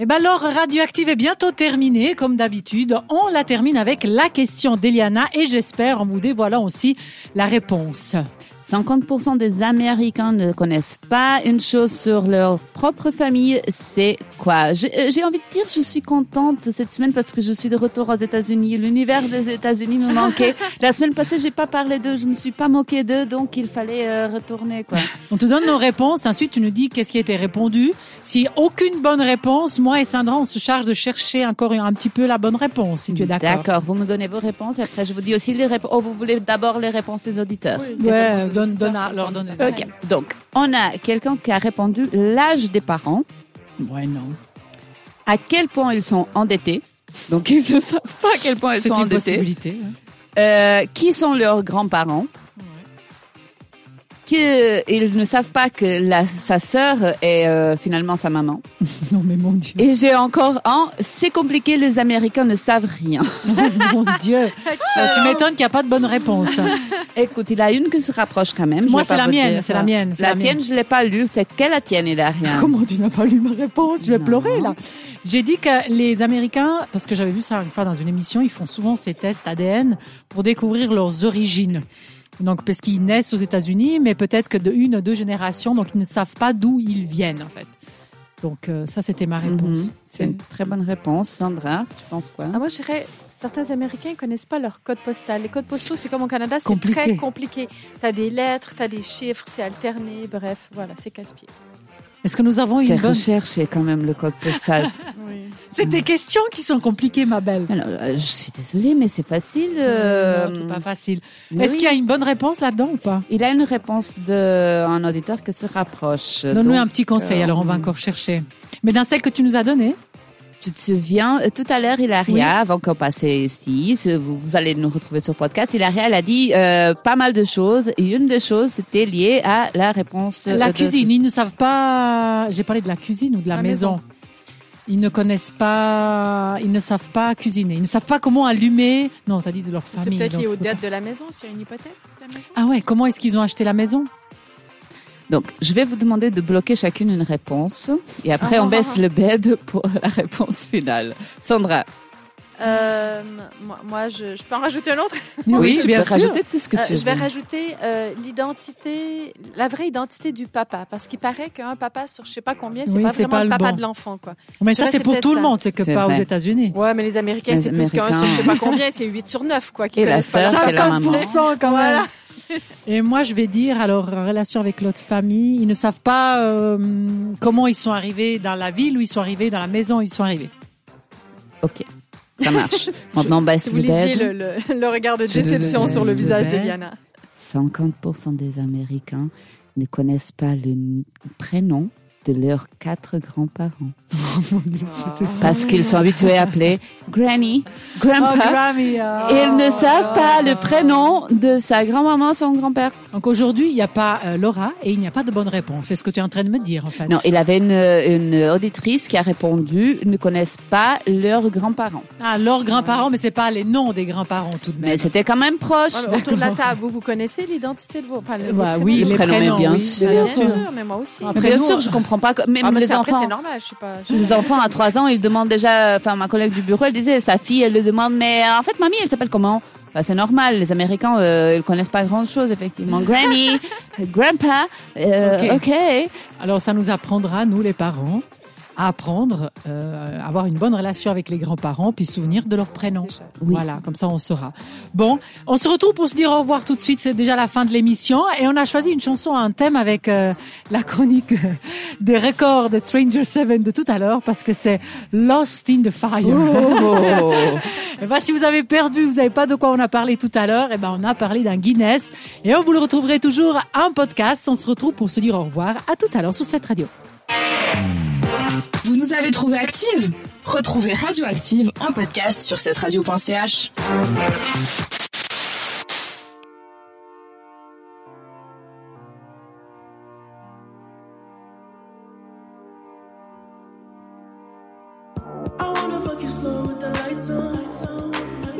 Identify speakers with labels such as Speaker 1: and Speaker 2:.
Speaker 1: Eh ben l'heure radioactive est bientôt terminée, comme d'habitude. On la termine avec la question d'Eliana et j'espère en vous dévoilant aussi la réponse.
Speaker 2: 50% des Américains ne connaissent pas une chose sur leur propre famille. C'est quoi J'ai euh, j'ai envie de dire, je suis contente cette semaine parce que je suis de retour aux États-Unis. L'univers des États-Unis me manquait. La semaine passée, j'ai pas parlé d'eux, je me suis pas moquée d'eux, donc il fallait euh, retourner quoi.
Speaker 1: On te donne nos réponses, ensuite tu nous dis qu'est-ce qui a été répondu. Si aucune bonne réponse, moi et Sandra, on se charge de chercher encore un petit peu la bonne réponse, si tu es d'accord.
Speaker 2: D'accord. Vous me donnez vos réponses. Après, je vous dis aussi les réponses. Oh, vous voulez d'abord les réponses des auditeurs.
Speaker 1: Ouais, donne, donne, à- leur donne.
Speaker 2: Ok. Donc, on a quelqu'un qui a répondu l'âge des parents.
Speaker 1: Ouais, non.
Speaker 2: à quel point ils sont endettés. Donc ils ne savent pas à quel point ils
Speaker 1: C'est
Speaker 2: sont
Speaker 1: une
Speaker 2: endettés.
Speaker 1: possibilité. hein.
Speaker 2: Euh, qui sont leurs grands-parents Que ils ne savent pas que la, sa sœur est euh, finalement sa maman.
Speaker 1: Non, mais mon Dieu.
Speaker 2: Et j'ai encore un. C'est compliqué. Les Américains ne savent rien.
Speaker 1: Mon Dieu. Euh, tu m'étonnes qu'il n'y a pas de bonne réponse.
Speaker 2: Écoute, il y a une qui se rapproche quand même. je
Speaker 1: Moi,
Speaker 2: vais
Speaker 1: c'est
Speaker 2: pas
Speaker 1: la
Speaker 2: vous
Speaker 1: mienne,
Speaker 2: dire. hein.
Speaker 1: c'est la mienne, c'est
Speaker 2: La,
Speaker 1: la mienne.
Speaker 2: tienne, je l'ai pas lue. C'est quelle la tienne, il a rien.
Speaker 1: Comment tu n'as pas lu ma réponse Je vais
Speaker 2: Ah, Non.
Speaker 1: pleurer là. J'ai dit que les Américains, parce que j'avais vu ça une fois dans une émission, ils font souvent ces tests ADN pour découvrir leurs origines. Donc parce qu'ils naissent aux États-Unis, mais peut-être que de une ou deux générations, donc ils ne savent pas d'où ils viennent en fait. Donc euh, ça, c'était ma réponse.
Speaker 2: Mhm. C'est une très bonne réponse, Sandra. Tu penses quoi
Speaker 3: Ah, moi, je dirais, certains Américains ne connaissent pas leur code postal. Les codes postaux, c'est comme au Canada, c'est
Speaker 1: Compliqué.
Speaker 3: très compliqué. Tu as des lettres, tu as des chiffres, c'est alterné, bref, voilà, c'est casse-pied.
Speaker 1: Est-ce que nous avons
Speaker 2: C'est
Speaker 1: une bonne
Speaker 2: recherché quand même le code postal.
Speaker 3: Oui.
Speaker 1: C'est des questions qui sont compliquées, ma belle.
Speaker 2: Alors, euh, je suis désolée, mais c'est facile. euh,
Speaker 1: Non, c'est pas facile.
Speaker 2: mais
Speaker 1: Est-ce
Speaker 2: oui.
Speaker 1: qu'il y a une bonne réponse là-dedans ou pas
Speaker 2: Il a une réponse d'un auditeur qui se rapproche.
Speaker 1: Donne-nous
Speaker 2: Donc,
Speaker 1: un petit conseil,
Speaker 2: euh,
Speaker 1: alors on va encore chercher. Mais dans celle que tu nous as donnée,
Speaker 2: Tu te souviens, euh, tout à l'heure, Hilaria,
Speaker 1: Oui.
Speaker 2: avant qu'on passe ici, ce- vous, vous allez nous retrouver sur podcast, Hilaria, elle a dit euh, pas mal de choses. Et une des choses, c'était liée à la réponse. euh,
Speaker 1: La
Speaker 2: de
Speaker 1: cuisine,
Speaker 2: ce-
Speaker 1: ils ne savent pas. J'ai parlé de la cuisine ou de la,
Speaker 3: La
Speaker 1: maison.
Speaker 3: maison.
Speaker 1: Ils ne connaissent pas. Ils ne savent pas cuisiner. Ils ne savent pas comment allumer. Non, t'as dit de leur
Speaker 3: C'est
Speaker 1: famille.
Speaker 3: peut-être
Speaker 1: donc
Speaker 3: lié aux
Speaker 1: c'est pas-
Speaker 3: dates de la maison, s'il y a une hypothèque. de La maison.
Speaker 1: Ah ouais, comment est-ce qu'ils ont acheté la maison
Speaker 2: Donc, je vais vous demander de bloquer chacune une réponse. Et après,
Speaker 3: Ah,
Speaker 2: on
Speaker 3: ah,
Speaker 2: baisse
Speaker 3: ah.
Speaker 2: le bed pour la réponse finale. Sandra,
Speaker 3: Euh, moi, moi, je, je peux en rajouter un autre.
Speaker 2: tu
Speaker 1: bien
Speaker 2: peux
Speaker 1: sûr.
Speaker 2: rajouter tout ce que
Speaker 3: Euh,
Speaker 2: tu
Speaker 3: je vais
Speaker 2: veux.
Speaker 3: rajouter euh, l'identité, la vraie identité du papa, parce qu'il paraît qu'un papa sur je sais pas combien, c'est
Speaker 1: Oui,
Speaker 3: pas
Speaker 1: c'est pas
Speaker 3: vraiment
Speaker 1: le
Speaker 3: le papa
Speaker 1: bon.
Speaker 3: de l'enfant, quoi.
Speaker 1: Mais
Speaker 3: Je
Speaker 1: ça,
Speaker 3: dirais,
Speaker 1: c'est
Speaker 3: c'est
Speaker 1: pour
Speaker 3: peut-être
Speaker 1: tout le
Speaker 3: ça.
Speaker 1: monde, c'est que
Speaker 2: C'est
Speaker 1: pas
Speaker 2: vrai.
Speaker 1: aux États-Unis.
Speaker 3: Ouais, mais les Américains,
Speaker 2: Les
Speaker 3: c'est plus qu'un
Speaker 2: Américains.
Speaker 3: sur je sais pas combien, c'est 8 sur 9, quoi. qui
Speaker 2: Et la
Speaker 3: connaissent pas
Speaker 2: sœur,
Speaker 3: leur
Speaker 2: c'est la
Speaker 3: papa.
Speaker 2: maman.
Speaker 1: quand
Speaker 3: Voilà.
Speaker 1: Et moi, je vais dire, alors, en relation avec l'autre famille, ils ne savent pas euh, comment ils sont arrivés dans la ville, où ils sont arrivés dans la maison, où ils sont arrivés.
Speaker 2: Ok, ça marche. Maintenant, on baisse
Speaker 3: Si vous
Speaker 2: le
Speaker 3: lisiez
Speaker 2: bed.
Speaker 3: le, le- le regard de déception sur le
Speaker 1: le
Speaker 3: visage de
Speaker 1: bel.
Speaker 3: Liana.
Speaker 2: 50% des Américains ne connaissent pas le n- prénom de leurs quatre grands-parents Ah. parce qu'ils sont habitués à appeler Granny,
Speaker 1: Oh,
Speaker 2: Grandpa.
Speaker 1: Grammy, oh.
Speaker 2: Ils ne savent pas le prénom de sa grand-maman, son grand-père.
Speaker 1: Donc aujourd'hui, il n'y a pas euh, Laura et il n'y a pas de bonne réponse. C'est ce que tu es en train de me dire, en fait.
Speaker 2: Non, il avait une, une auditrice qui a répondu ne connaissent pas leurs grands-parents.
Speaker 1: Ah, leurs grands-parents, mais c'est pas les noms des grands-parents tout de même.
Speaker 2: Mais c'était quand même proche.
Speaker 3: Voilà, autour de la table, vous, vous connaissez l'identité de vos. Enfin, le-
Speaker 1: Bah
Speaker 3: le
Speaker 1: oui, les
Speaker 3: prénom.
Speaker 2: Le prénom,
Speaker 1: prénoms,
Speaker 2: bien
Speaker 1: oui,
Speaker 2: sûr.
Speaker 3: bien
Speaker 1: bien
Speaker 3: sûr.
Speaker 1: sûr.
Speaker 3: mais moi aussi.
Speaker 1: Après,
Speaker 2: Bien
Speaker 1: nous,
Speaker 2: sûr, je comprends pas. que- Même
Speaker 3: Ah, mais
Speaker 2: les
Speaker 3: c'est- après,
Speaker 2: enfants.
Speaker 3: c'est normal, je sais pas. je-
Speaker 2: Les enfants à 3 ans, ils demandent déjà, enfin ma collègue du bureau, elle disait, sa fille, elle le demande, mais euh, en fait mamie, elle s'appelle comment Bah, C'est normal, les Américains, euh, ils connaissent pas grand-chose, effectivement. Granny, grandpa, euh,
Speaker 1: Ok.
Speaker 2: ok.
Speaker 1: Alors ça nous apprendra, nous les parents, à apprendre, euh, à avoir une bonne relation avec les grands-parents, puis souvenir de leurs prénoms.
Speaker 2: Oui.
Speaker 1: Voilà, comme ça on saura. Bon, on se retrouve pour se dire au revoir tout de suite. C'est déjà la fin de l'émission et on a choisi une chanson, un thème avec euh, la chronique euh, des records de Stranger Seven de tout à l'heure parce que c'est Lost in the Fire.
Speaker 2: Oh.
Speaker 1: Eh ben, si vous avez perdu, vous n'avez pas de quoi on a parlé tout à l'heure, eh ben, on a parlé d'un Guinness. Et on vous le retrouverez toujours un podcast. On se retrouve pour se dire au revoir. À tout à l'heure sur cette radio.
Speaker 4: Vous nous avez trouvé active Retrouvez Radioactive en podcast sur cette radio.ch.
Speaker 5: I wanna fuck you slow with the lights on, lights on.